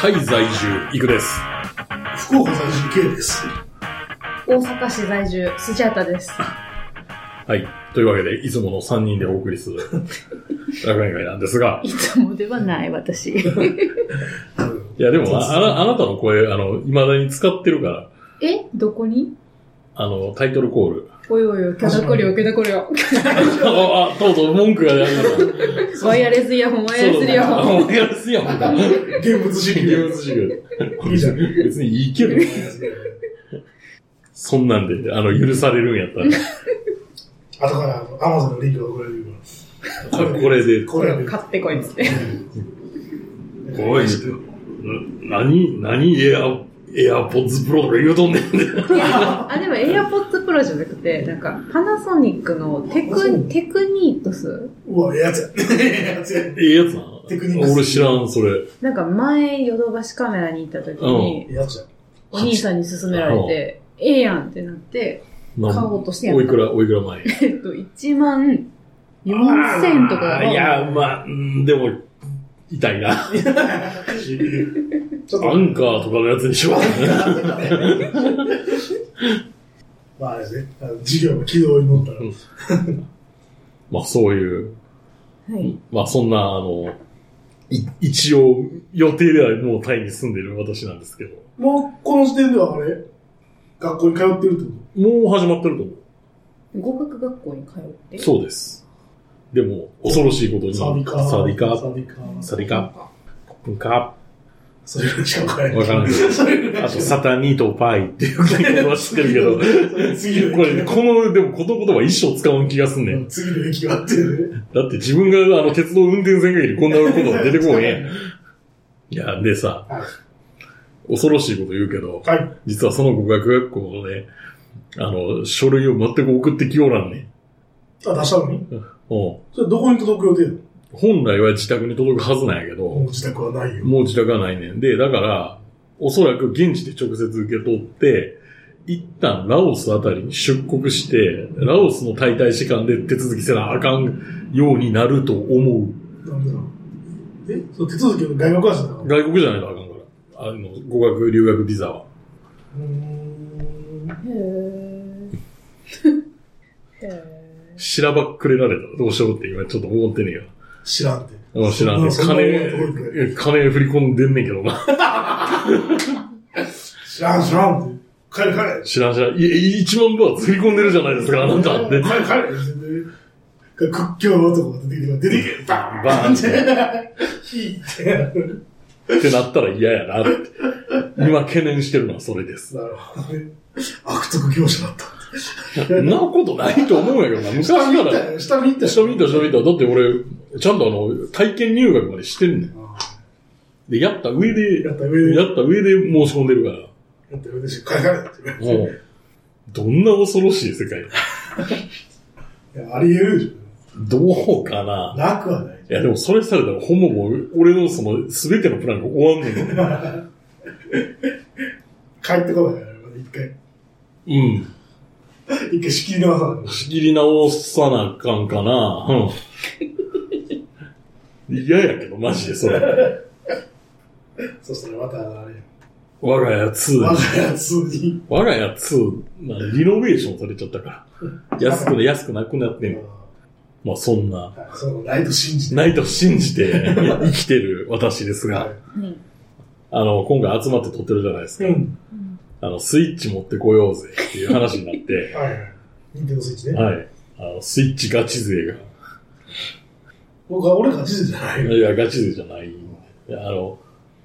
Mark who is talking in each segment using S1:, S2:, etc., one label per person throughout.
S1: タイ在住、イクです。
S2: 福岡在住 K です。
S3: 大阪市在住、スジャータです。
S1: はい。というわけで、いつもの3人でお送りする楽園会なんですが、
S3: いつもではない、私。
S1: いや、でもあ、あなあなたの声、あの、未だに使ってるから、
S3: えどこに
S1: あの、タイトルコール。
S3: おいおいおい、キャダコリョ、キャダコリョ。
S1: あ、あ、とうとう文句が出ました。
S3: ワイヤレスイヤホン、ワイヤレスイヤホン。
S1: ホン。ワイヤレスイヤホンだ。
S2: 現物主義
S1: ゲーム事
S2: いいじゃん。
S1: 業別にいいけど、そんなんで、あの、許されるんやったら
S2: 後からあの Amazon のリンクが送られるか、ら。
S1: あこれで、
S2: これで。
S3: 買ってこいっつって。
S1: おい、な何、何エア、エアポッズプロとか言うとんねん。
S3: あ、でも AirPods Pro じゃなくて、なんか、パナソニックのテ
S2: あそう
S3: ク、テクニートス
S2: うわ、ええやつや。ええやつや。え
S1: ええやつなの
S2: テクニックス
S1: 俺知らん、それ。
S3: なんか前、ヨドバシカメラに行った時に、
S2: えやつや。
S3: お兄さんに勧められて、ええやんってなって、
S1: な
S3: 買
S1: ん
S3: おうとしてや
S1: おい
S3: った
S1: く。ら、おいくら前
S3: えっと、1万4000とか
S1: あーいや、まあ、うんでも、痛い な。
S2: ちょっ
S1: ア
S2: と、
S1: ンカーとかのやつにしようかな。
S2: まああれですね、あの授業の軌道に乗ったら
S1: うん。 まあ、そういう、
S3: はい。
S1: まあ、そんな、あの、い一応、予定ではもうタイに住んでる私なんですけど、
S2: もう、この時点ではあれ学校に通ってるってこ
S1: もう始まってると思う。
S3: 語学学校に通って。
S1: そうです。でも、恐ろしいことに、
S2: とサービカー。
S1: サディカ
S2: サディカー。
S1: サディカコップンカ
S2: それぐらいしかわから
S1: わからない
S2: それぐらい
S1: あと、サタニートパイっていう言葉は知ってるけど、
S2: ど。次の
S1: これ、この、でも、この言葉一生使う気がすんねん。
S2: 次の駅があってね。
S1: だって自分があの鉄道運転線限りこんなことが出てこうへん。いや、でさ、
S2: は
S1: 恐ろしいこと言うけど、
S2: はい。
S1: 実はその語学学校のね、あの、書類を全く送ってきおらんねん。
S2: あ、出したのに
S1: うん
S2: それどこに届く予定なの
S1: 本来は自宅に届くはずなんやけ
S2: もう
S1: ど、
S2: 自宅はないよ。
S1: もう自宅はないねん。で、だから、おそらく現地で直接受け取って、一旦ラオスあたりに出国して、ラオスの滞在士間で手続きせなあかんようになると思う。
S2: なんでだろうえその手続きの外国話なのう
S1: 外国じゃないとあかんから。あの、語学留学ビザは。
S2: ーん。
S3: へーへー
S1: しらばっくれられたらどうしようって今ちょっと思ってんねえよ。
S2: 知らんて。
S1: あの知らんね
S2: そなそんな思い
S1: 金、金振り込んでんねんけどな。
S2: 知らん、知らんって。帰れ、帰れ。
S1: 知らん知らん。いい一万分は振り込んでるじゃないですか、あなたって。
S2: 帰れ、帰れ。全然屈強の男が出てきて、出てけバ
S1: バーンっ
S2: ーンって。引いて。なる
S1: てなったら嫌やなって。今懸念してるのはそれです。
S2: ほどね。悪徳業者だった。
S1: そんなことないと思うんやけどな。昔
S2: 下見
S1: か
S2: た
S1: ら。
S2: よ、下見たよ。
S1: 下見た下見た。だって俺、ちゃんとあの、体験入学までしてんねん。で、やった上で、
S2: やった上で
S1: やった上で申し込んでるから。
S2: やったよ、私、帰れ、帰れってね。
S1: もう、どんな恐ろしい世界
S2: いや、あり得るでし
S1: どうかな
S2: ょ。なくはない。
S1: いや、でもそれされたらほんまもう、俺のその、すべてのプランが終わんねんけど。
S2: 帰ってこないから、まだ一回。
S1: うん。
S2: 一回仕切り直さなあかん
S1: 仕切り直さなあかんかな。うん。嫌やけど、マジでそれ。
S2: そしたらまた、あれや、
S1: 我が家2
S2: 我。が家2に。
S1: 我が家2、まあリノベーションされちゃったから。安くな、安くなくなってんのまあそんな、
S2: そのライト信じて。
S1: ないと信じて生きてる私ですが、あの、今回集まって撮ってるじゃないですか。
S2: うん。
S1: あの、スイッチ持ってこようぜっていう話になって、
S2: はいはい。ニンテンドースイッチね。
S1: はい。あの、スイッチガチ勢が。
S2: 僕は俺が知事じゃないよ。
S1: いや、ガチ勢じゃない。あの、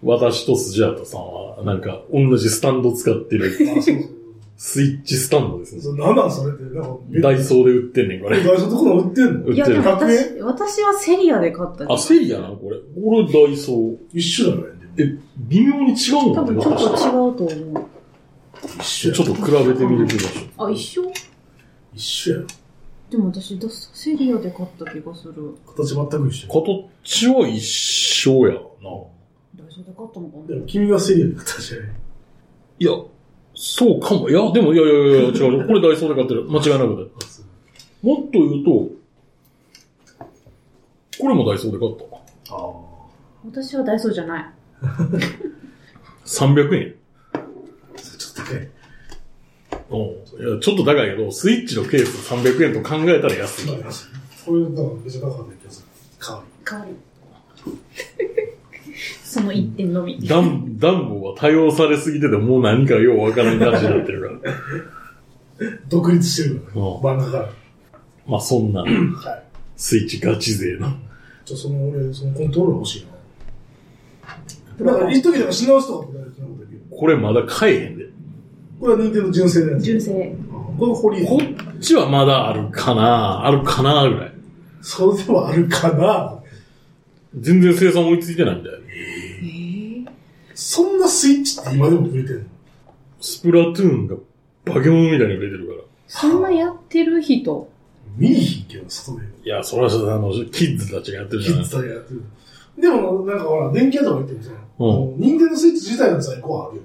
S1: 私とスジャータさんは、なんか、同じスタンド使ってる、
S2: あ、そう
S1: スイッチスタンドです
S2: そう。
S1: ね。
S2: そうなんなんそれって、なんか、
S1: ダイソーで売ってんねん、こ
S2: ダイ
S1: れ。
S2: ソーところ売ってんの
S1: 売っ
S3: いや、
S1: て
S3: で
S1: る
S3: も。私、私はセリアで買った
S1: あ、セリアな、これ。俺、ダイソー。
S2: 一緒だろ、ね、
S1: え、微妙に違う
S3: 多
S1: の
S3: 分ちょっと違うと思
S2: 一緒
S1: ち
S2: や
S1: ょっと比べてみるけど。
S3: う。あ、一緒
S2: 一緒やろ。
S3: でも私、だセリアで買った気がする。
S2: 形全く一緒。
S1: 形は一緒やな。
S3: 大丈夫で買ったのか
S2: で
S3: な
S2: も君がセリアで買ったじゃない。
S1: いや、そうかも。いや、でも、いやいやいや、違う。これダイソーで買ってる。間違いなく
S2: あそう
S1: て。もっと言うと、これもダイソーで買った。
S2: あ
S3: 私はダイソーじゃない。
S1: 300円。
S2: それちょっと高い。
S1: うん。いや、ちょっと高いけど、スイッチのケース300円と考えたら安い。
S2: そういうのがめちゃ高かった気がする。買う。
S3: かわいい。 その一点のみ。
S1: ダン、ダンボは多用されすぎてて、もう何かようわからん感じになってるから。
S2: 独立してるから、
S1: うん
S2: 漫画から。
S1: まあそんな、
S2: はい。
S1: スイッチガチ勢な。
S2: じゃあ、その、俺、そのコントローラー欲しいな。だから、一時でも死直すとかってなるってなことできる。
S1: これまだ買えへんで。
S2: これは任天堂純正のやつ。
S3: 純正。
S2: これ堀
S1: こっちはまだあるかなあるかなぐらい。
S2: それではあるかな
S1: 全然生産追いついてないんだよ。
S3: えー、
S2: そんなスイッチって今でも売れてんの
S1: スプラトゥーンが化け物みたいに売れてるから。
S3: そんなやってる人。
S2: 見いひんけど、外で。
S1: いや、それはあの、キッズたちがやってる
S2: キ
S1: じゃない
S2: ッズだけやってる。でも、なんかほら、電気屋とか行ってもさ、任天堂スイッチ自体の在庫はあるよ。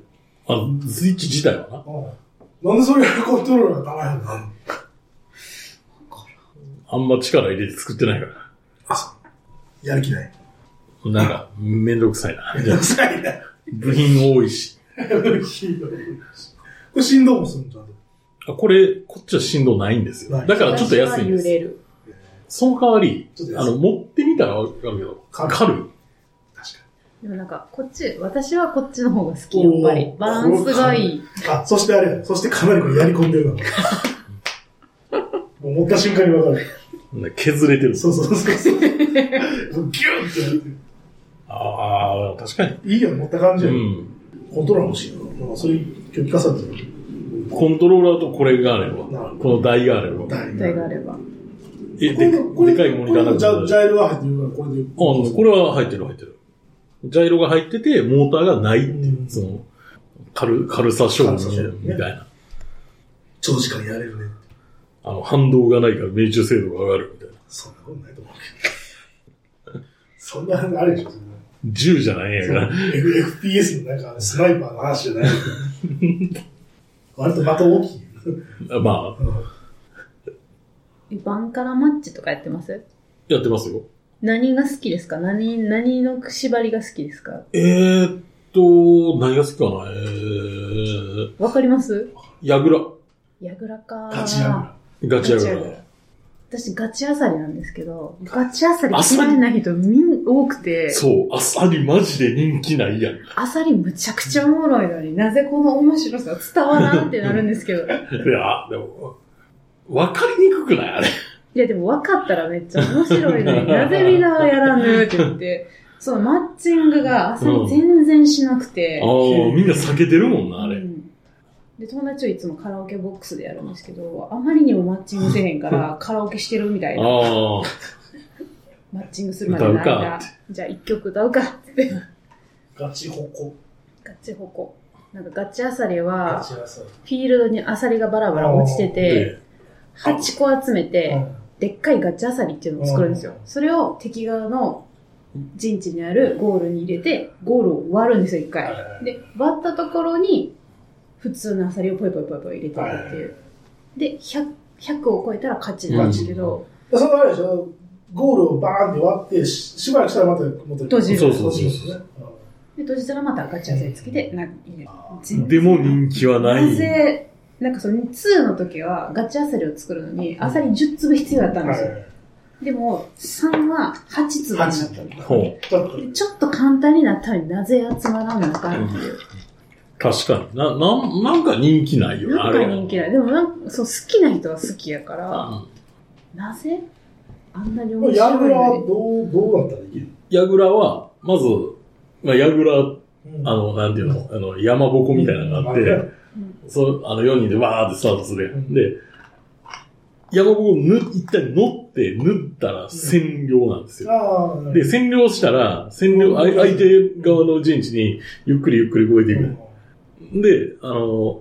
S1: あ、スイッチ自体はな。
S2: なんでそれがコントローラーが高いのなん
S1: あんま力入れて作ってないから。
S2: あ、そう。やる気ない。
S1: なんか、めんどくさいな。
S2: やる気ないな。
S1: 部品多いし。
S2: ひどい これ振動もするんだ。
S1: あ、これ、こっちは振動ないんですよ。
S2: ない
S1: だからちょっと安いんで
S3: 私は揺
S1: す。
S3: れる。
S1: その代わり
S2: ちょっと、安い
S1: あの、持ってみたらわかるけど、
S2: 軽い
S1: 軽い。
S2: 確か
S3: でもなんか、こっち、私はこっちの方が好き、や
S2: お
S3: っ
S2: ー
S3: ぱり。バランスがいい。
S2: に。あ、そしてあれや。そしてかなりこれやり込んでるな。 もう持った瞬間にわかる。
S1: なんか削れてる。
S2: そうそうそうそう。ギューってなってる。
S1: ああ、確かに。
S2: いいよ、持った感じ
S1: う
S2: や。
S1: ん。
S2: コントローラー欲しいな。まあ、それ、今日聞かされてる。
S1: コントローラーとこれがあれば
S2: なるほ、ど
S1: この台があれば。
S3: 絶対があれば。
S1: え、で、
S2: これこれ
S1: でかいモニターな
S2: これ
S1: くて
S2: ジ
S1: も
S2: ャ
S1: 大
S2: ジ
S1: 丈夫。あ
S2: ャイロは入ってるから、これで。
S1: これは入ってる入ってる。ジャイロが入ってて、モーターがないっていうう、
S2: ん
S1: その、軽、軽さ勝
S2: 軽さ
S1: 負
S2: 勝負
S1: み
S2: ね
S1: たいな。
S2: 長時間やれるね。
S1: あの、反動がないから命中精度が上がるみたいな。
S2: そんなことないと思うけど。そんな、あれでしょ、そんな。
S1: 銃じゃないんや
S2: そ
S1: か
S2: の
S1: ら。
S2: F- FPS のなんか、スナイパーの 話じゃない。割と的大きい。
S1: あ まあ、
S3: えバンカラマッチとかやってます
S1: やってますよ。
S3: 何が好きですか何、何の縛りが好きですか
S1: えー、っと、何が好きかなえー、
S3: わかります
S1: ヤグラ。
S3: ヤグラか。
S2: ガチやな。
S1: ガチヤグ
S3: ガチヤグ
S1: ラ。
S3: 私、ガチアサリなんですけど、ガチアサリ嫌いな人みん多くて、
S1: そう、アサリマジで人気ないやん。
S3: アサリむちゃくちゃおもろいのになぜこの面白さ伝わらんってなるんですけど。い
S1: いや、でも、わかりにくくないあれ。
S3: や、でも分かったらめっちゃ面白いのになぜみんなはやらぬって言って、そのマッチングがアサリ全然しなくて、
S1: ああ、みんな避けてるもんな、あ
S3: う
S1: れ。
S3: んで、友達をいつもカラオケボックスでやるんですけど、あまりにもマッチングせえへんから、カラオケしてるみたいな。
S1: ああ、
S3: マッチングするまでの
S1: 歌うか
S3: 間、じゃあ一曲歌うかって。
S2: ガチホコ。
S3: ガチホコ。なんかガチアサリは
S2: ガ、チ野菜。
S3: フィールドにアサリがバラバラ落ちてて、
S1: で、
S3: 8個集め
S2: う
S3: て、
S2: ん
S3: でっかいガチアサリっていうのを作るんですよ
S2: う。
S3: それを敵側の陣地にあるゴールに入れて、ゴールを割るんですよ、一回
S2: はいはいは。い
S3: で、割ったところに、普通のアサリをポイポイポイポイ入れていくっていう。で、100、100を超えたら勝ちなんですけど、
S2: でそのあれでしょ、ゴールをバーンって割って、ししばらくしたらまた元に
S3: 閉じる
S1: そうそう
S2: 閉
S1: そう
S2: じるんですね。
S3: で、閉じたらまたガチアサリつけて、な、入れる。全然
S1: でも人気はな。
S3: ないぜ、なんかその2の時はガチアサリを作るのに、アサリ10粒必要だったん
S2: は
S3: で
S2: い
S3: すよ。でも、3は8粒になったの。
S1: ほう、
S2: ちょっと
S3: でちょっと簡単になったのになぜ集まらんのかっていう。
S1: 確かに。な、なん、なんか人気ないよな、
S3: な
S1: あ
S3: んか
S1: れ。
S3: 人気ない。でもなんか、そう、好きな人は好きやか
S1: う
S3: ら、
S1: ん
S3: なぜあんなに
S2: も
S3: 面
S2: うヤ
S3: 白
S2: グ
S3: い
S2: ラは
S3: のに。
S2: どう、どうだったらできる
S1: ヤグラは、まず、まあ、ヤグラ、あの、なんていうの、あの、山ぼこみたいなのがあって、そう、あの、4人でわーってスタートするやん。で、山ぼこをぬ、一旦乗って、縫ったら占領なんですよ。
S2: ああ、
S1: で、占領したら、占領、あい相手側の陣地に、ゆっくりゆっくり動いていく。
S2: は
S1: で、あの、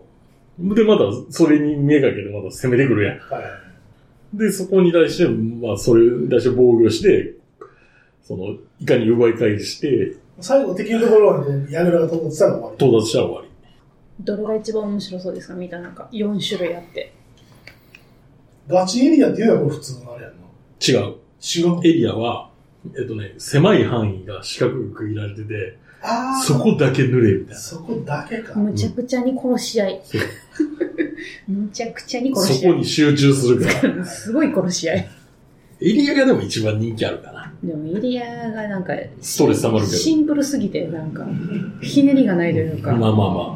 S1: で、また、それに目がけて、また攻めてくるやん。で、そこに対して、まあ、それに対して防御して、その、いかに奪い返して、
S2: い、最後、敵のところは、ね、ヤグラが到達したら終わり。
S1: 到達したら終わり。
S3: どれが一番面白そうですかみたいな、なんか、4種類あって。
S2: ガチエリアっていうのはこれ普通のあれやんな。
S1: 違う。
S2: 違う。
S1: エリアは、えっとね、狭い範囲が四角く区切られてて、
S2: ああ。
S1: そこだけ塗れ、みたいな。
S2: そこだけか。
S3: むちゃくちゃに殺し合い。むちゃくちゃに殺
S1: そ
S3: し
S1: こ
S3: 合
S1: に集中するから。
S3: い。すごい殺し合い。
S1: エリアがでも一番人気あるかな。
S3: でも、エリアがなんか、
S1: ストレス溜まるけど
S3: シンプルすぎて、なんか、ひねりがないという
S1: まあ
S3: か。
S1: まあま
S2: あ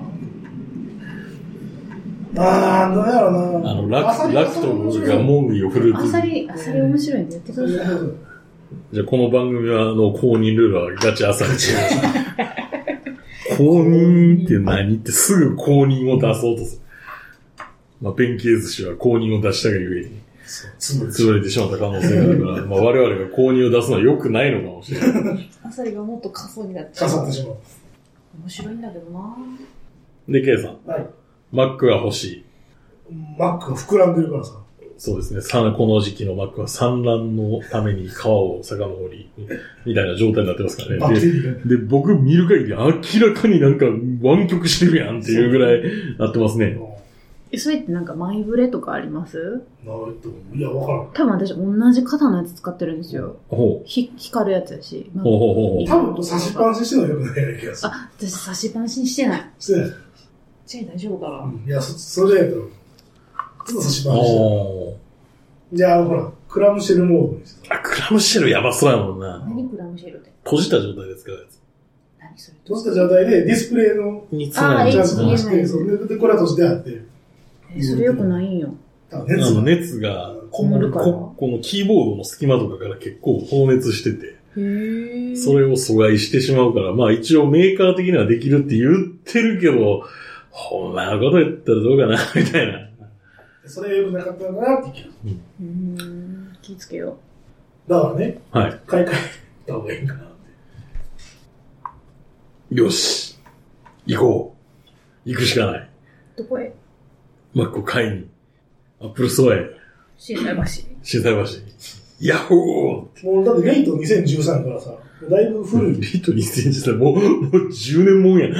S2: あ、なんやろう
S1: あ。
S2: な。
S1: あの、
S2: アサ
S1: ラク
S2: リ
S1: ラクト
S2: アサリ
S1: がモンゴルを振る
S3: あさり、あさり面白いんでやってください。
S1: じゃあ、この番組は、あの、公認ルールはガチ朝一。公認って何ってすぐ公認を出そうとする。まあ、ペンケー寿司は公認を出したがゆえに、
S2: そう、つ
S1: 潰
S2: ぶれちゃう
S1: れてしまった可能性があるから、まあ、我々が公認を出すのは良くないのかもしれない。
S3: あさりがもっと仮想になっち
S2: か
S3: ゃう。
S2: さってしまう。
S3: 面白いんだけどな
S1: で、ケイさん、
S2: はい。
S1: マックが欲しい。
S2: マックが膨らんでるからさ。
S1: そうですね。さこの時期のマックは産卵のために皮を遡り、みたいな状態になってますから
S2: バッ
S1: ね。
S2: テ
S1: で
S2: リーが。
S1: で、僕見る限り明らかになんか湾曲してるやんっていうぐらいなってますね。
S3: え、それってなんか前触れとかあります
S2: なんと、いや、わからん。
S3: 多分私同じ型のやつ使ってるんですよ。
S1: ほう。
S3: ひ、光るやつやし。まあ
S1: ほうほうほうほう。
S2: 多分、差しっぱなししてるのはよくない気がする。
S3: あ、私差しっぱなしにしてない。
S2: してない。
S3: じゃあ大丈夫かな
S2: うんいや、そ、それじゃないと思う。ちょっと差しっぱなししてる。
S1: おー
S2: じゃあ、ほら、クラムシェルモードにしてた。
S1: あ、クラムシェルやばそうやもんな。
S3: 何クラムシェルって。
S1: 閉じた状態ですから、やつ。
S3: 何それ
S2: 閉じた状態でディスプレイの
S1: につ
S3: あ
S1: な
S3: ー
S1: い
S2: ジ
S1: で
S2: ャン
S1: す
S2: プ
S1: ね
S2: をして、そうでで、これは閉じてあって、
S3: え、それよくないんよ。
S2: 多分
S1: あ
S2: 熱
S1: の
S2: が
S1: 熱が、
S3: こもるから
S1: ここのキーボードの隙間とかから結構放熱してて、
S3: へえ。
S1: それを阻害してしまうから、まあ一応メーカー的にはできるって言ってるけど、ほんまのこと言ったらどうかな、 みたいな。
S2: それが良くなかったのかなって気がす
S3: うーん。気ぃつけよ
S2: る。だからね、
S1: はい。
S2: 買い替えた方がいいんかなって。
S1: よし。行こう。行くしかない。
S3: う。どこへ
S1: マックを買いに。アップルストアへ、
S3: 新大橋。
S1: 震災橋に。ヤッホー
S2: もう、だってレイト2013からさ、だいぶ古い。
S1: リート2000時代、もう、もう10年もんや。
S2: だ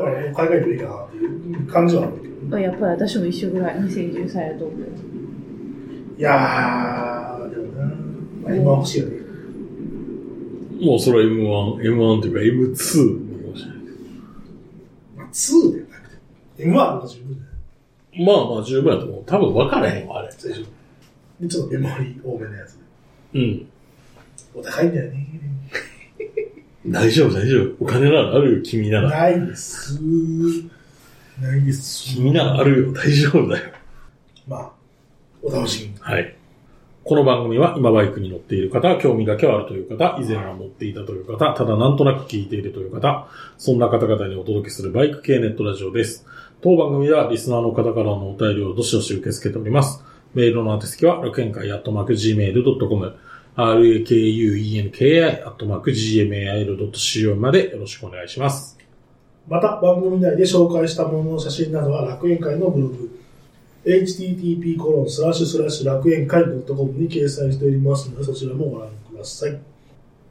S2: からもう買い替えていいかなっていう感じはあるけど。
S3: あやっぱり私も一緒ぐらい。2013やと思う。
S2: いやー、でもな、まあ、今欲しいよね。
S1: もうそれは M1、M1 というか M2 かもしれない。
S2: まあ、2でなくて。M1 は十分だよ。
S1: まあまあ十分やと思う。多分分からへんわ、あれ。
S2: 最初。で、ちょっとメモリ多めのやつ。
S1: うん。
S2: お高いんだよね。
S1: 大丈夫、大丈夫。お金ならあるよ、君なら。
S2: ないです。ないです。
S1: 君ならあるよ、大丈夫だよ。
S2: まあ、お楽しみに。
S1: はい。この番組は今バイクに乗っている方、興味だけはあるという方、以前は乗っていたという方、ただなんとなく聞いているという方、そんな方々にお届けするバイク系ネットラジオです。当番組ではリスナーの方からのお便りをどしどし受け付けております。メールの宛先は楽園会アットマーク Gmail.com、rakuenki アットマーク Gmail.co までよろしくお願いします。
S2: また、番組内で紹介したものの写真などは楽園会のブログ、http コロンスラッシュスラッシュ楽園会 .com に掲載しておりますので、そちらもご覧ください。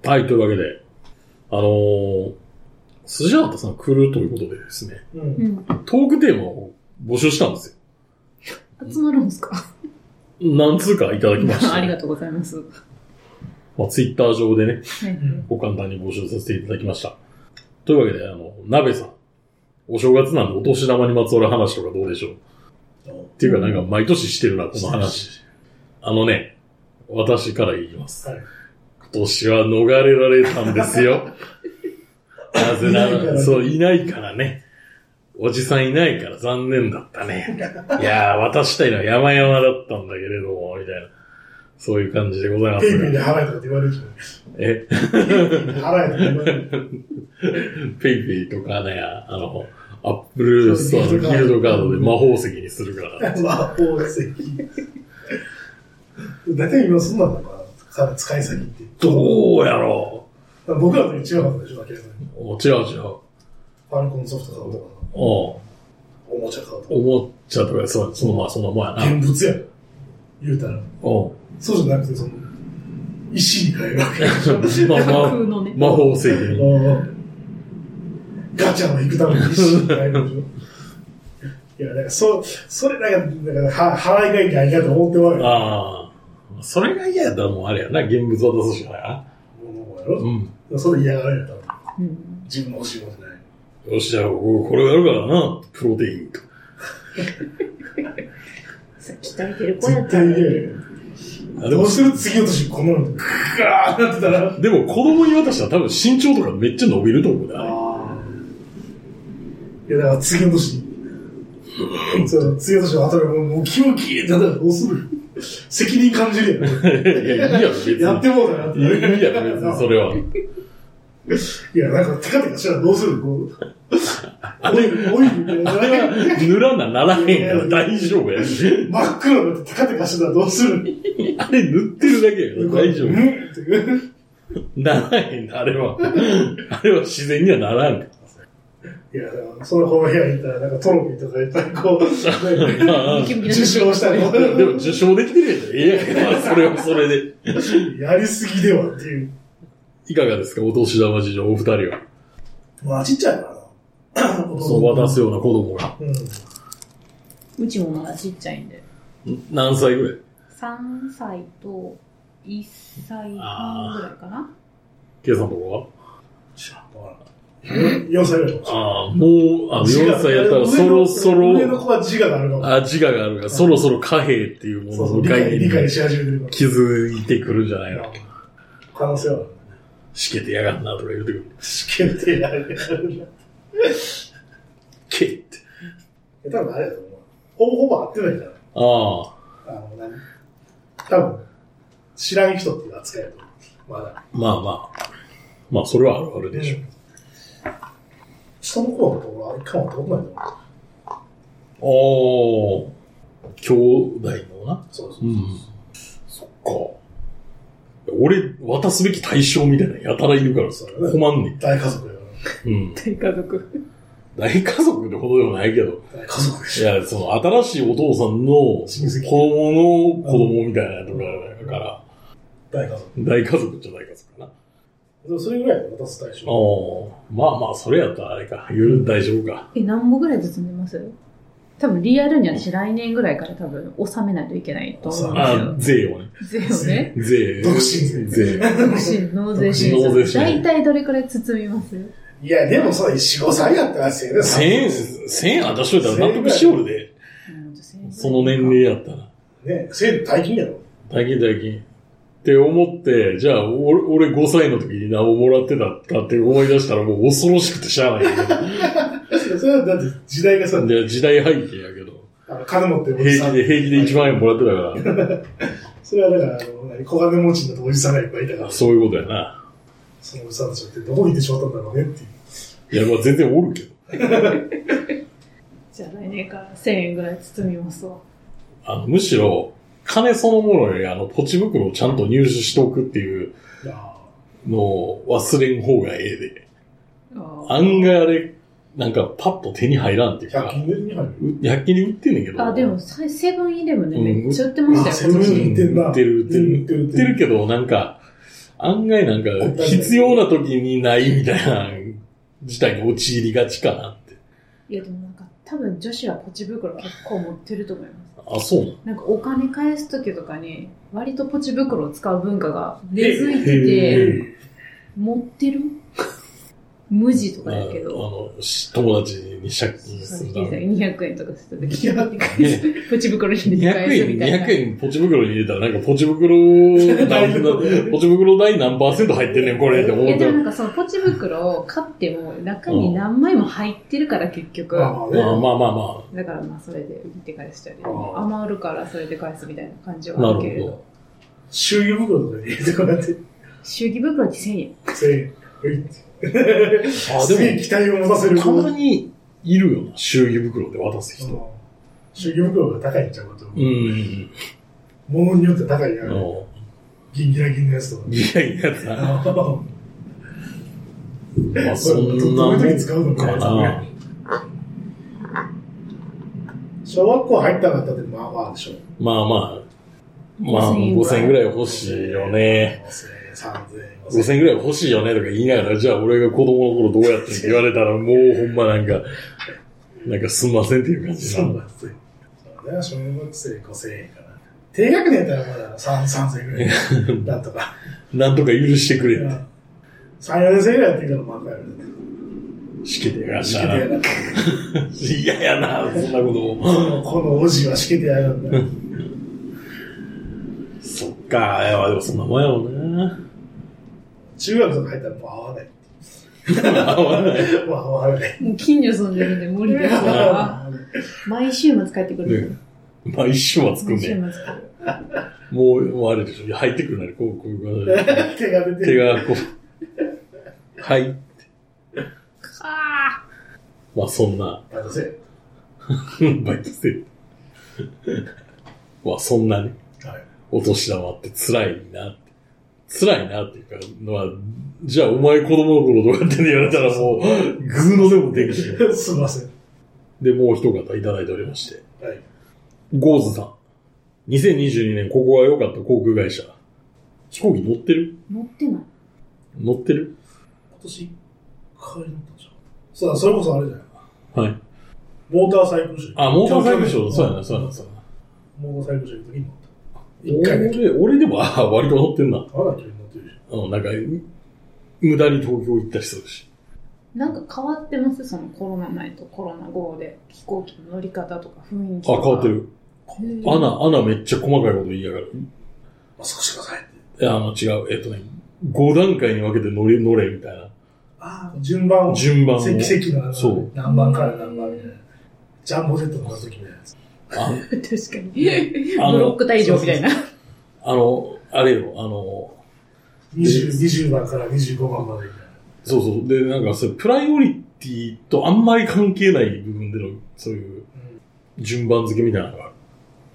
S1: はい、というわけで、あのー、スジャータさん来るということでですね、
S2: う。
S3: うんん。
S1: トークテーマを募集したんですよ。
S3: 集まるんですか
S1: 何通かいただきました。
S3: ありがとうございます。
S1: まあ、ツイッター上でね、
S3: はい。
S1: ご簡単に募集させていただきました。というわけで、あの、鍋さん。お正月なんでお年玉にまつわる話とかどうでしょうっていうかなんか毎年してるな、この話。あのね、私から言います。
S2: はい
S1: 今年は逃れられたんです よ。なぜない
S2: ないからら
S1: ら、そう、いないからね。おじさんいないから残念だった ね。いやー、渡したいのは山々だったんだけれども、みたいな。そういう感じでございま
S2: ペイ
S1: す
S2: ペ
S1: が。
S2: イで払えとかって言われるじゃない
S1: え、
S2: 払えとか言われる。
S1: ペイペイとかね、あの、アップルストアのギルドカードで魔法石にするから。
S2: 魔法石。大体今そんなんだから、使い先って。
S1: どうやろ
S2: 僕らと違うはずでしょ、明らかに。
S1: うお違う違う。
S2: ファルコンソフト買うとか、
S1: おう
S2: おもちゃ買うとか。
S1: 思っちゃうとか、そう、そのまあそのもんやな。
S2: 現物やん。言うたら。
S1: おう
S2: そうじゃなくて、その、石に変えるわけでしょ。
S1: まあ
S3: 架
S1: まあ
S3: 空のね。
S1: 魔法石に。
S2: ガチャの行くために石に変えるでしょ。いや、だから、そう、それなんか、なんか、は、払いがいいんじゃないかと思ってまうよ。
S1: ああ。それが嫌やったらもうあれやな、現物渡すしかないな。
S2: もうやろ
S1: うん。
S2: それ嫌がられたら。
S3: うん。
S2: 自分の欲しいものじゃない。
S1: よし、じゃあ、これやるからな。プロテインと。
S3: さ鍛えてる子や
S2: 絶
S3: った
S2: 対
S3: ら
S2: 嫌
S3: いい
S2: や
S1: あ
S2: で
S1: で
S2: も
S1: も、
S2: する次の年、こんなの、グーなってたら。
S1: でも子供に渡したら多分身長とかめっちゃ伸びると思うな。
S2: いや、だから次の年、そう次の年は当たるもう、もうキムキってなったらどうする責任感じるやん。
S1: いや、いいやろ、別に。
S2: やってもうたなって。
S1: いやいいやろ、別に、それは。
S2: いや、なんか、テカテカしたらどうするこう。オイル、オイルみたいな。
S1: 塗らなならへんから大丈夫やし。
S2: 真っ黒になってテカテカしてたらどうする
S1: あれ塗ってるだけやから大丈
S2: うん
S1: 夫。
S2: っていう
S1: ならへん、あれは。あれは自然にはならんか
S2: いや、だからそのこの部屋行ったら、なんかトロフィーとかいっぱいこ
S1: ら。
S2: う、
S1: まあ
S3: ムキムキの
S2: 受賞したりとか
S1: でも受賞できてるやん。ええやんか、まあそれはそれで。
S2: やりすぎではっていう。
S1: いかがですか、お年玉事情、お二人は。
S2: まあ、ちっちゃいからな。
S1: その渡すような子供が。
S2: うん。
S3: うちもまだちっちゃいんで。
S1: 何歳ぐらい
S3: 3歳と1歳半ぐらいかな。
S1: 計算とかは
S2: 知らんわからん。4歳ぐらいかもし
S1: ああ、もう、あの、
S2: れん
S1: 4歳やったらそろそ
S2: 上の
S1: ろ、
S2: 子は自我があるかも。
S1: あ、自我があるから、そろそろ貨幣っていう
S2: そ
S1: もの
S2: うそう、
S1: の
S2: 理
S1: 概
S2: 解、
S1: 念
S2: 理解
S1: に
S2: し始めてるか
S1: 気づいてくるんじゃないの
S2: ら。可能性はある。
S1: しけてやがんなとか言うてくる。
S2: 試験ってやるな。
S1: けって。
S2: 多分あれだと思う。ほぼほぼ合ってないから。
S1: ああ、
S2: あの、何多分、知らん人っていう扱いだと思う。まだ。
S1: まあまあ。まあ、それはあるあるでしょ。
S2: 下の子のことは一回も通んないと思う。
S1: おー、兄弟のな。
S2: そうそうう。
S1: ん。そっか。俺、渡すべき対象みたいなのやたらいるからさ、
S2: そうだね
S1: 困んねん。
S2: 大家族だよ。
S1: うん。
S3: 大家族。
S1: 大家族ってほどでもないけど。
S2: 大家族で
S1: い
S2: しょ。
S1: や、その、新しいお父さんの
S2: 親戚
S1: 子供の子供みたいなとこだから、
S2: 大家族。
S1: 大家族っちゃ大家族かな。あ
S2: でもそれぐらい渡す対象。
S1: ーまあまあ、それやったらあれか。言う大丈夫か。
S3: え、何本ぐらいずつ寝ます多分リアルには私来年ぐらいから多分納めないといけないと思うんです
S1: あ
S3: よ、。
S1: 税をね。
S3: 税をね。
S1: 税。
S2: 独身税
S1: 税。
S3: 独身納税し
S1: 納税し
S3: 大体どれくらい包みます
S2: いや、でもさ、4、5歳やったらせいで
S1: 1000円、1000円私といたら納得しおるで。その年。齢やったら。
S2: ね、せい大金やろ。
S1: 大金大金。って思って、じゃあ、俺、俺5歳の時に名をもらってたかって思い出したらもう恐ろしくてしゃあないけど。
S2: それはだって時代がさ、
S1: で時代背景やけど。
S2: あの金持ってるおじ
S1: 平
S2: さ
S1: 気
S2: ん。
S1: で、平気で1万円もらってたか、
S2: それはだから、あの、何小金持ちになったおじさんがいっぱいいたからら、
S1: そういうことやな。
S2: そのおじさんたちってどこに行ってしまったんだろうねっていう。
S1: いや、まあ全然おるけど。
S3: じゃあ来年から1000円ぐらい包みますわ。
S1: あの、むしろ、金そのものより、あの、ポチ袋をちゃんと入手しておくっていう
S2: いやー
S1: のを忘れん方がええで。
S3: あ
S1: 案外あれ、なんかパッと手に入らんっていう
S2: 100
S1: か、
S2: 均で2杯。
S1: う100均で売ってんねんけど。
S3: あ、でも、さセブンイレブンでめっちゃ売ってましたよ、
S2: うん
S1: う
S3: 今年
S1: ん、売ってる売ってる売って
S2: 売ってる
S1: る。売ってるけど、なんか、案外なんか、必要な時にないみたいな事態に陥りがちかなって。
S3: いやでもなんか多分女子はポチ袋結構持ってると思います。
S1: あ、そうなの
S3: なんかお金返す時とかに割とポチ袋を使う文化が根付いてて、持ってる無地とかやけ
S1: あ
S3: ど。
S1: あの、し友達に借金するために。
S3: 200円とかするとき、
S1: ね
S3: ポチ袋に入れて
S1: 200
S3: 返す
S1: 円、
S3: みたいな。
S1: 200円ポチ袋に入れたら、なんかポチ 袋何、ポチ袋代何パーセント入ってんねん、これって思
S3: いや
S1: っ
S3: で
S1: た
S3: も
S1: ら
S3: なんかそのポチ袋を買っても中に何枚も入ってるから結局。
S2: まあまあね。
S1: まあまあまあま
S3: だからまあそれで売って返したり、
S2: ああ
S3: 余るからそれで返すみたいな感じ
S1: あ。な
S3: はあるけれ
S1: る
S3: ど。
S1: ほ
S2: 周遊袋とかに入れてこうやって、
S3: 祝儀袋って1000円。
S2: 1000円。ういって
S1: ど。あ、
S2: すげえ
S1: で
S2: 期待を持たせる
S1: も、たまにいるよな、祝儀袋で渡す
S2: う
S1: 人。
S2: ん周遊袋が高いんちゃうかと。
S1: うん。
S2: 物によって高いや
S1: あ
S2: ん。
S1: の、
S2: ギンギラギンのやつとか。
S1: ギラギラやつな。まあ、
S2: そ
S1: そ
S2: れ
S1: んな
S2: ど
S1: も
S2: う
S1: ん
S2: いう時に使うのか
S1: か
S2: な
S1: な。
S2: 小学校入ったかったってまあまあでしょ。
S1: まあまあ、まあ、
S3: 5000
S1: 5000
S3: 円
S1: 円
S3: ぐ
S1: ぐら
S3: ら
S1: い欲しいよね。
S2: 5000円、3000円。
S1: 5000円ぐらい欲しいよねとか言いながら、じゃあ俺が子供の頃どうやってんって言われたら、もうほんまなんか、なんかすんませんっていう感じ
S2: そ
S1: な
S2: う。なんですよ。そうね、小学生5000円かな。低学年やったらまだ3、3000円ぐらい。なんとか。
S1: なんとか許してくれって。
S2: 3、4年生ぐらいやってるからまあまあやるね。
S1: しけてやがっ
S2: しけてや
S1: た
S2: が
S1: な。
S2: った。
S1: 嫌やな、そんなことを。
S2: この、このおじはしけてやがった。
S1: そっか、いや、でもそんなもんやろうな。
S2: 中学とか入ったらもう合わない。
S1: 合わ ない。ね
S2: もう合わない。
S3: もう近所住んでるんで無理ですわ。毎週末帰ってくる。
S1: 毎週は作ん
S3: 毎
S1: ね
S3: 週
S1: ん。
S3: 末か。
S1: もう、もうあれでしょ。入ってくるなり、こう、こういう感じで。
S2: 手が出て
S1: 手
S2: る。
S1: がこう。はい。
S3: あ
S1: まあそんな、
S2: あのせ。
S1: バイトしてる。まあそんなね、
S2: はい。
S1: お年玉って辛いなって。辛いなっていうか、まあ、じゃあお前子供の頃とかってねやられたらもう、ぐうのでもできし。
S2: すみません。
S1: で、もう一方いただいておりまして。
S2: はい。
S1: ゴーズさん。2022年ここが良かった航空会社。飛行機乗ってる
S3: 乗ってない。
S1: 乗ってる
S2: 今年、一回乗ったじゃん。さあ、それこそあれじゃない
S1: はい。
S2: モーターサイクルショー。
S1: あ、モーターサイクルショー。そうや
S2: ん
S1: な、そうやな、そうやな。
S2: モーターサイクルショーの時に乗った。一回だけ。
S1: 俺、俺でも、あ割と乗ってんな。
S2: まだ距離乗ってるじ
S1: うん、なんか、う無駄に東京行ったりするし。
S3: なんか変わってますそのコロナ前とコロナ後で飛行機の乗り方とか雰囲
S1: あ、変
S3: 気とか。
S1: わってる。
S3: へー。
S1: 穴、穴めっちゃ細かいこと言いやがる。
S2: ゃん。あ、少しくださいって。
S1: いや、あの、違う。えっとね、5段階に分けて乗れ、乗れ、みたいな。
S2: ああ、順番を。
S1: 順番を。
S2: 席席の、
S1: そう。
S2: 何番から何番みたいな。ジャンボセット乗った時みたいなやつ。
S1: あ
S3: 確かに。
S1: あの
S3: ブロック退場みたいな。
S1: あの、あれよ、あの、
S2: 20 20番から25番までみたいな。
S1: そうそう。で、なんか、それ、プライオリティとあんまり関係ない部分での、そういう、順番付けみたいなのがある。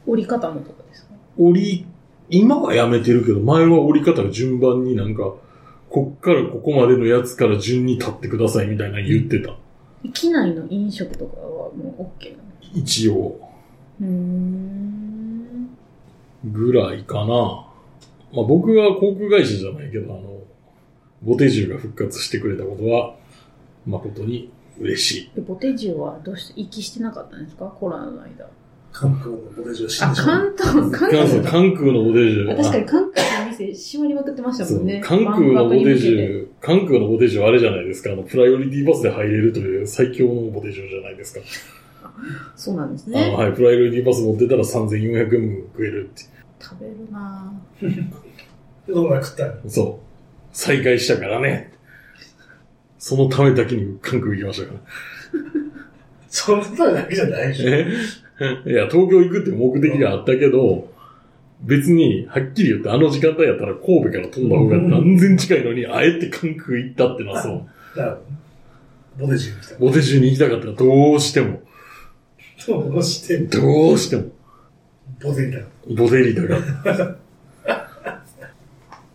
S3: 折り方もとかですか
S1: 折り、今はやめてるけど、前は折り方が順番になんか、こっからここまでのやつから順に立ってくださいみたいなの言ってた。
S3: 機内の飲食とかはもう OK なの
S1: 一応、
S3: うーん。
S1: ぐらいかな。まあ僕が航空会社じゃないけど、あの、ボテジュが復活してくれたことは、誠に嬉しい。
S3: でボテジュはどうして、息してなかったんですかコロナの間。
S2: 韓国のボテージを死ん
S3: あ、
S2: でしま う。
S3: 関東、関
S1: 関
S3: 東
S1: 西。関空のボテジュ。
S3: あ確かに関空の店、閉まりまくってました
S1: そ
S3: もん
S1: う
S3: ね。
S1: 関空のボテジ
S3: 万博に向けて。
S1: ュ、関空のボテジュはあれじゃないですか。あの、プライオリティバスで入れるという最強のボテジュじゃないですか。
S3: そうなんです
S1: あの、
S3: ね。
S1: はい、プライオリティバス持ってたら3400円分食えるっ
S3: 食べるなぁ。
S2: で、どんな食ったの
S1: て。そう。再開したからね。そのためだけに韓国行きましたから。
S2: そんなことだけじゃないで しょ。
S1: えいや、東京行くって目的があったけど、別に、はっきり言って、あの時間帯やったら神戸から飛んだ方が断然近いのに、あえて関空行ったってのはそう。
S2: なるほど。ボテージに来た。
S1: ボテ中に行きたかったらどうしても、
S2: どうして、
S1: どうしても、
S2: ボテになる。
S1: ボテリーだか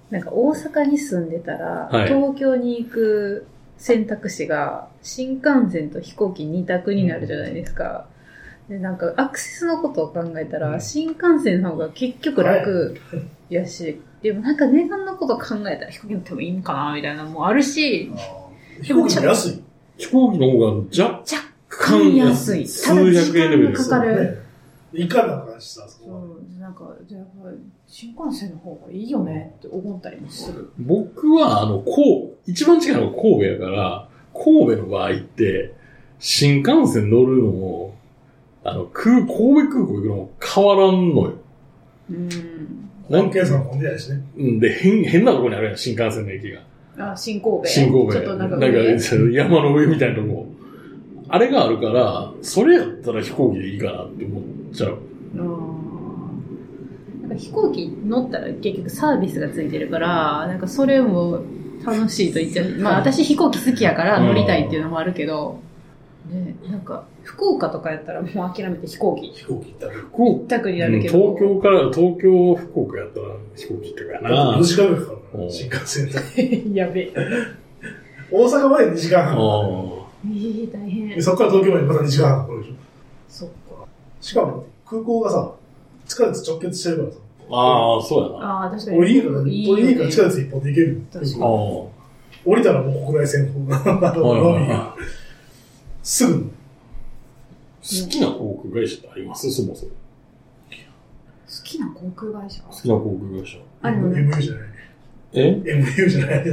S3: なんか大阪に住んでたら、
S1: はい
S3: 東京に行く選択肢が新幹線と飛行機二択になるじゃないですか。で、なんかアクセスのことを考えたら、
S2: うん
S3: 新幹線の方が結局楽やし、でもなんか値段のこと考えたら飛行機乗ってもいいんかなみたいなのもあるし、
S2: 飛行機も安い。
S1: 飛行機の方が若
S3: 若干
S1: 干
S3: 安い。
S1: 数百円レベルで
S3: た
S1: す
S3: だ時間がかかる。
S2: いかな話さ、そ
S3: そ
S2: こ
S3: う、なんか、じゃあ、新幹線の方がいいよねって思ったりもする。
S1: 僕は、あの、こう、一番近いのが神戸やから、神戸の場合って、新幹線乗るのも、あの、空、神戸空港行くのも変わらんのよ。
S3: うん。
S2: は。本家さんもんでないしね。
S1: うんで、変、変なとこにあるやん、新幹線の駅が。
S3: あ、新神戸。
S1: 新神戸。
S3: ちょっとなんか上、
S1: そう山の上みたいなとこ。あれがあるから、それやったら飛行機でいいかなって思っちゃう。
S3: なんか飛行機乗ったら結局サービスがついてるから、なんかそれも楽しいと言っちゃう。まあ私飛行機好きやから乗りたいっていうのもあるけど、ね、なんか福岡とかやったらもう諦めて飛行機
S2: 飛行機行ったら。
S1: 福岡、
S3: 一択にな
S1: うん
S3: るけ
S1: 東
S3: ど。
S1: 京から、東京、福岡やったら飛行機ってかな
S2: 4。時間ぐらいかかる
S1: う
S2: な、
S1: ん
S2: 新幹線で。
S3: 京 やべえ。
S2: 大阪まで2時間半。
S1: ああ。
S3: えー、大変
S2: で。そこから東京までまた2時間半かかるでしょ。
S3: そっか。
S2: しかも、空港がさ、地下鉄直結してるからさ。
S1: ああ、そうやな。
S3: ああ、確かに。
S2: 降りるから、降
S3: いいよね
S2: りるから地下鉄一本で行ける。
S3: 確
S1: あ
S3: かに
S1: あ。
S2: 降りたらもう国内線の方が、あの、みが。すぐ。
S1: 好きな航空会社ってありますそもそも。
S3: 好きな航空会社
S1: 好きな航空会社。
S3: あ、でもね、
S2: MU じゃない。
S1: え
S2: MU じゃない。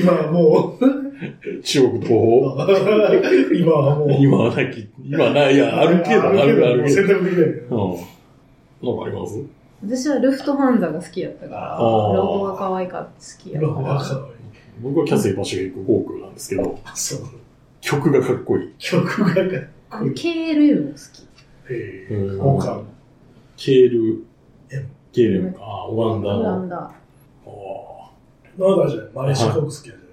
S2: 今
S1: 中
S2: はもう、
S1: 国東方
S2: 今はもう。
S1: 今はなき、今はない、いや、あるけど、あるあるけ
S2: 選
S1: ど。
S2: 択できないから。
S1: うん。なんかあります
S3: 私はルフトハンザが好きだったから、
S1: あ
S3: ロ
S1: ー
S3: ゴが可愛かった、好きやった
S2: 今
S3: か
S2: は
S3: ら。
S2: 若い。
S1: 僕はキャセイ・パシフィック・航空なんですけど、
S2: そう。
S1: 曲がかっこいい。
S2: 曲がかっ
S3: あ
S2: こい
S3: の
S2: い。
S3: KLM も好き。
S2: え
S1: う
S2: ー
S1: ん
S2: 交換。
S1: ケール
S2: M、
S1: ケール M か、ああ、オランダ
S3: オラ
S1: の。
S3: ンダ。
S1: ああ
S2: なんだじゃないマレーシア航空好きやじゃない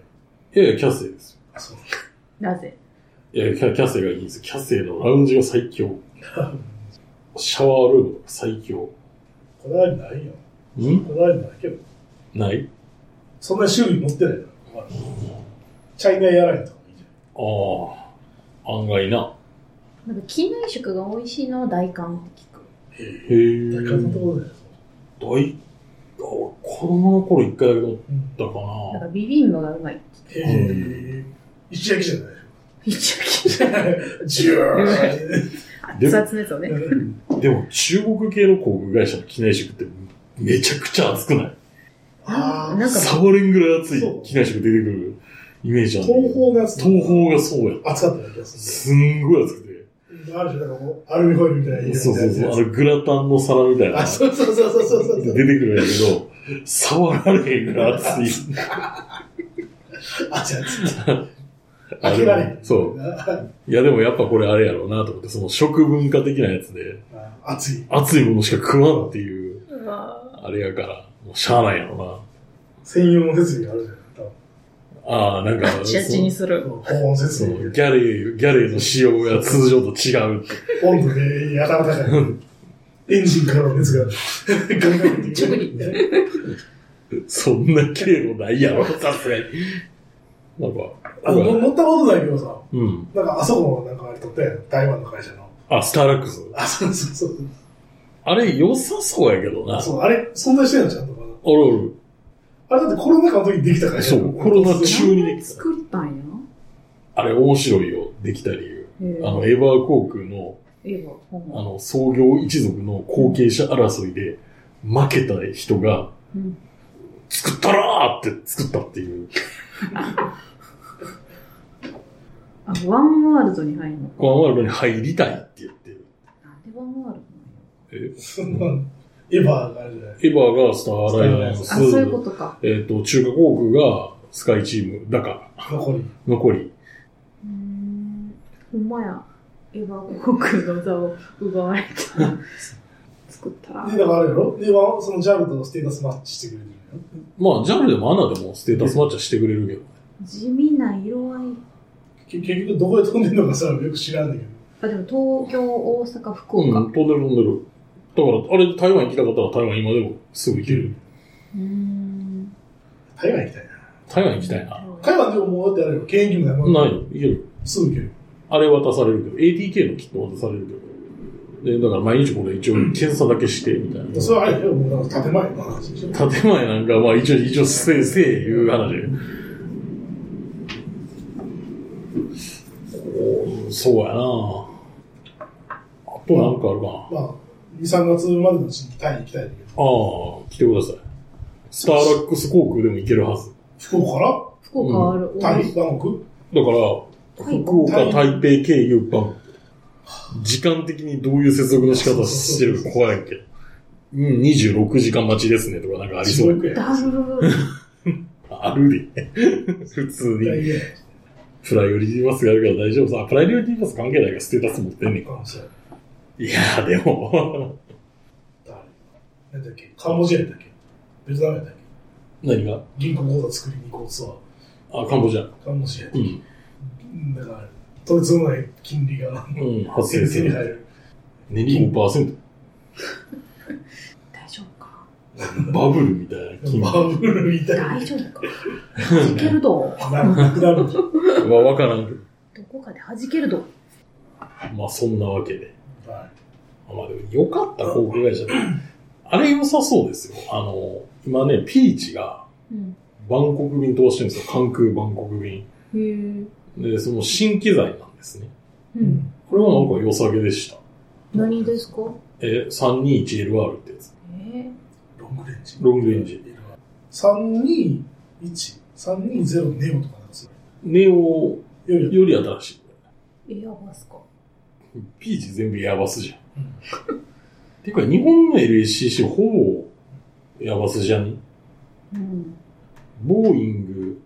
S1: いやいや、キャセイですよ。
S2: あそう。
S3: なぜ
S1: いや、キャキャセイがいいんですよ。キャセイのラウンジが最強。シャワールームが最強。
S2: こだわりないよ。
S1: ん
S2: こだわりないけど。
S1: ない
S2: そんな種類持ってないから。まあチャイナエアラインとかもいいじ
S1: ああ、案外な。
S3: なんか機内食が美味しいのを大韓って聞く。
S2: ゃん。へえ。
S1: へえ。
S2: 大体のところだよ。
S1: 大、あ俺子供の頃一回だけ乗っ
S2: うん
S1: たか
S3: なんか
S1: な。
S3: ビビンバがうまい。
S2: へえ。一焼きじゃない
S3: 一応
S2: ジュー
S3: 熱々のやつをね。
S1: でも中国系の航空会社の機内食ってめちゃくちゃ熱くない
S2: あ
S3: なんか
S1: サボれんぐらい熱い
S2: そう
S1: 機内食出てくるイメージある。
S2: 東方のやつ
S1: 東方がそうや。
S2: あ熱かったような気がす
S1: すんごい熱く
S2: るね。ある種なんかもう、アルミホイルみたいな
S1: て。
S2: 色
S1: そう
S2: みた
S1: そ
S2: いな
S1: う
S2: やつ
S1: そう。あのグラタンの皿みたいな。
S2: あ、そうそうそうそうそうそう
S1: 出てくるんやけど、触られへんぐらい熱い。
S2: あ、違う
S1: あ
S2: 開けられへん
S1: そう。いやでもやっぱこれあれやろうなと思って、その食文化的なやつで、
S2: あ熱い。
S1: 熱いものしか食わんっていう、
S3: うわ
S1: あれやから、もうしゃあないやろ
S2: 専用の設備があるじゃん。多分
S1: な。ああ、なんか、
S3: ぁチラチにする。
S2: 保温設
S1: その
S2: 備。
S1: ギャレー、ギャレーの仕様が通常と違うって。
S2: 温度でやたら高い。エンジンからの熱が、ガンガン
S3: 直に
S1: そんな経路ないや ろ、さすがに。なんか、
S2: あの、乗ったことないけどさ、
S1: うん。
S2: なんかあそこのなんかあれとって、台湾の会社の。
S1: あ、スターラックス。
S2: あ、そうそうそう。
S1: あれ良さそうやけどな。
S2: そう、あれ、存在してんのちゃんとかな。
S1: あるある。
S2: あれだってコロナ禍の時にできた会社
S1: そ
S2: やろ
S1: う、コロナ中にで
S3: 何
S1: きた。
S3: 作ったんや
S1: あれ面白いよ、できた理由。
S3: え
S1: あの、エヴァー航空の、
S3: えわ、ほん
S1: あ
S3: ま。
S1: の、創業一族の後継者争いで、負けた人が、
S3: うん
S1: 作ったらーって作ったっていう。
S3: あ、ワンワールドに入るのか。
S1: ワンワールドに入りたいって言ってる。
S3: なんでワンワール
S2: そんな、エヴァがあるじゃない。
S1: エヴァがスターアライアンス
S3: ドなんや。あ、そういうことか。
S1: えっ、と、中華航空がスカイチーム、だから、
S2: 残り。
S1: 残り。
S3: うーん。ほんまや。エヴァ航空の座を奪われた。作ったら。
S2: で、だからあれやろで、まあそのジャルとステータスマッチしてくれるんや
S1: まあ、ジャルでもアナでもステータスマッチはしてくれるけどね。
S3: 地味な色合い。
S2: け結局どこで飛んでんのかさ、よく知らんねんけど。
S3: あ、でも東京、大阪、福
S1: う
S3: 岡。
S1: ん、飛んでる飛んでる。だから、あれ台湾行きたかったら台湾今でもすぐ行ける。
S3: うーん。
S2: 台湾行きたいな。
S1: 台湾行きたいな。
S2: 台湾でももうだってあれよ、権益も山
S1: ない
S2: い。
S1: よ、行ける。
S2: すぐ行ける。
S1: あれ渡されるけど、ATK のキット渡されるけど。で、だから毎日これ一応検査だけして、みたいな。
S2: それはあれよ、もうなんか建前の話でしょ。
S1: 建前なんか、まあ一応、一応、せいせいいう話で。おーそうやなあとなんかあるかな。
S2: まあ、2、3月までのうちにタイに行きたいんだけど。
S1: ああ、来てください。スターラックス航空でも行けるはず。
S2: 福岡か
S3: 福岡ある。
S2: らタイ、バンコク
S1: だから、
S3: はい
S1: 福岡、
S2: タイ
S1: 台北経由バン。時間的にどういう接続の仕方してるか怖いけど。うん、26時間待ちですねとかなんかあり
S2: 地
S1: そうや
S2: 獄や。
S3: だるー
S1: あるで。 普通
S2: いや
S1: に。
S2: いや
S1: プライオリティバスがあるから大丈夫さ。プライオリティバス関係ないからステータス持ってんねんか。
S2: あそうや
S1: いやーでも。
S2: 誰なんだっけカンボジアやったっけベトナムやったっけ
S1: 何が
S2: 銀行口座作りに行こうツアー。
S1: あ、カンボジア。
S2: カンボジアやった
S1: う
S2: っ
S1: ん。
S2: けだから、とてつもない金利が
S1: うん、発
S2: 手
S1: 生
S2: に
S1: す
S2: 入
S1: る。
S2: る。
S1: 年利5%。
S3: 大丈夫か。
S1: バブルみたいな金額
S2: バブルみたいな
S3: 大。丈夫か。弾けるど。
S2: なくなる。
S1: はわからんけど。
S3: どこかで弾けるど。
S1: まあそんなわけで。
S2: は
S1: まあでも良かった航空会社。あれ良さそうですよ。あの、今ね、ピーチが
S3: うん。
S1: バンコク便飛ばしてるんですよ。関空バンコク便。
S3: へー
S1: で、その新機材なんですね。
S3: う。
S2: い。うんん。
S1: これはなんか良さげでした。
S3: 何ですか
S1: え、321LR ってやつ。
S3: えー
S2: ロングレンジ。
S1: ロングレンジ。
S2: 321、320ネオとかなんですよ。
S1: ネオ
S2: より
S1: より新しい。
S3: エアバスか。
S1: ピーチ全部エアバスじゃん。ていうか、日本の LACC ほぼエアバスじゃん。
S3: うん。
S1: ボーイング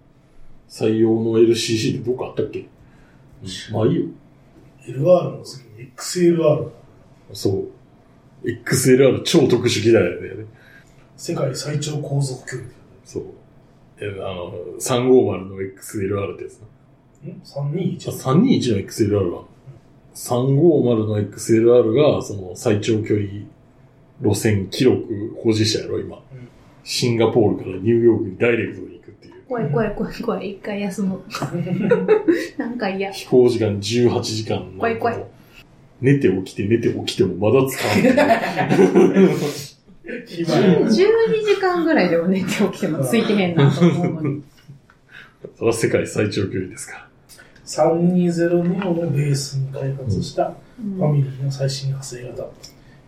S1: 採用の LCC ってどっかあったっけまあいいよ。
S2: LR の次に XLR。
S1: そう。XLR 超特殊機材だよね。
S2: 世界最長航続距離。
S1: そう。えあの、350の XLR ってやつな。
S2: ん ?321
S1: あ、321の XLR は。350の XLR が、その最長距離路線記録保持者やろ、今。
S2: ん
S1: シンガポールからニューヨークにダイレクトに行くっていう。
S3: 怖い怖い怖い怖い。一回休も う。なんか嫌。
S1: 飛行時間18時間の。
S3: 怖い怖い
S1: 寝て起きて寝て起きてもまだ使う。
S2: 暇や
S3: 12時間ぐらいでも寝て起きてもついてへんなと思うのに。
S1: それは世界最長距離ですから。
S2: 320ネオのベースに開発した
S3: うん
S2: ファミリーの最新派生型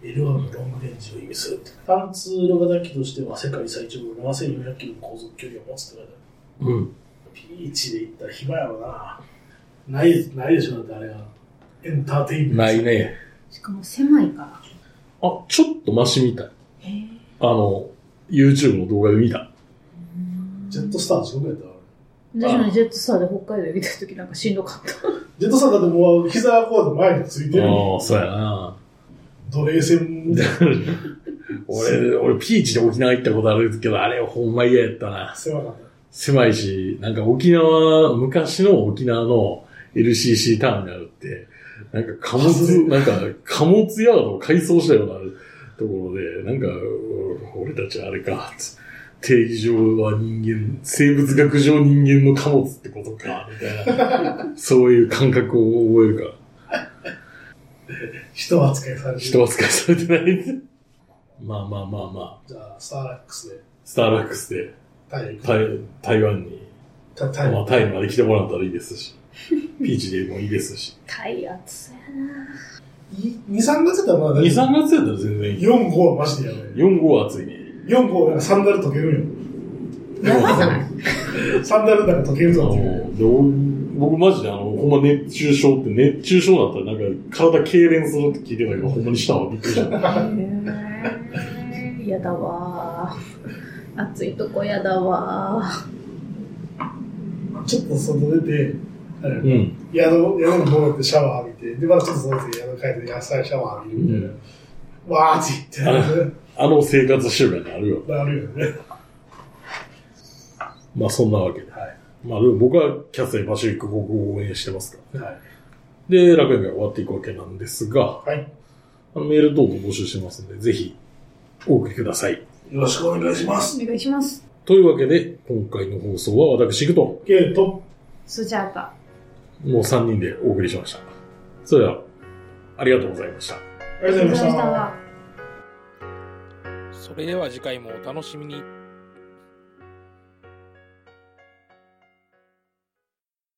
S2: LR のロングレンジを意味するって単通路型機としては世界最長の7400キロの航続距離を持つって書いて
S1: うん。
S2: あるピーチで行ったら暇やろなないないでしょだってあれがエンターテインメント
S1: ないね。
S3: しかも狭いから。
S1: あ、ちょっとマシみたい。
S3: へー
S1: あの、YouTube の動画で見た。
S2: ジェットスター地獄やったわ
S3: 私もジェットスターで北海道行った時なんかしんどかった。
S2: ジェットスターだってもう膝こうやって前についてる
S1: ああ、そうやな。
S2: 奴隷戦みたいな
S1: 俺、俺、ピーチで沖縄行ったことあるけど、あれほんま嫌やったな。
S2: 狭かった
S1: 狭いし、なんか沖縄、昔の沖縄の LCC ターミナルって、なんか貨物、なんか貨物ヤードを改装したようなところで、なんか、俺俺たちあれか、つ定義上は人間、生物学上人間の貨物ってことか、みたい な、そういう感覚を覚えるから。
S2: 人扱いされて
S1: 人
S2: る
S1: 扱いされてない。まあまあまあまあ、
S2: じゃあスターラックスで
S1: スターラックスで
S2: 体育
S1: 台台湾に、
S2: タタイ
S1: まあ、タイまで来てもらったらいいです し、ピーチでもいいですし。
S3: 体圧やな。
S2: 2、3月やったらまだ
S1: 2、
S2: 大丈夫
S1: 3月やったら全然いい。
S2: 4、5はマジでやばい。
S1: 4号は暑いね。
S2: 4号なんかサンダル溶ける
S3: やばない
S2: んよ。サンダルなんか溶ける
S1: あ
S2: ぞ
S1: の
S2: っていう。
S1: でお僕マジであの、ほんま熱中症って、熱中症だったらなんか体痙攣するって聞いてたけど、ほんまにしたわ、びっくり した。
S3: へ ーやだわー暑いとこやだわ
S2: ちょっと外出て、あれ
S1: うん。
S2: 宿、宿に戻ってシャワー浴びて、で、またちょっと外出て宿帰って野菜シャワー浴びるみたいな。わーって 言って、
S1: あの生活習慣にあるよ。
S2: なるよね。
S1: まあそんなわけで。
S2: はい
S1: まあでも僕はキャッツイパシフィック国を応援してますから。
S2: はい。
S1: で、楽園が終わっていくわけなんですが、
S2: はい。
S1: あのメール等々募集してますんで、ぜひお送りください。
S2: よろしくお願いします。
S3: ーお願いします
S1: というわけで、今回の放送は私、行くと、
S2: ケイト、
S3: スジャータ
S1: もう3人でお送りしました。それでは、ありがとうございました。
S2: ありがとうございました。
S4: それでは次回もお楽しみに。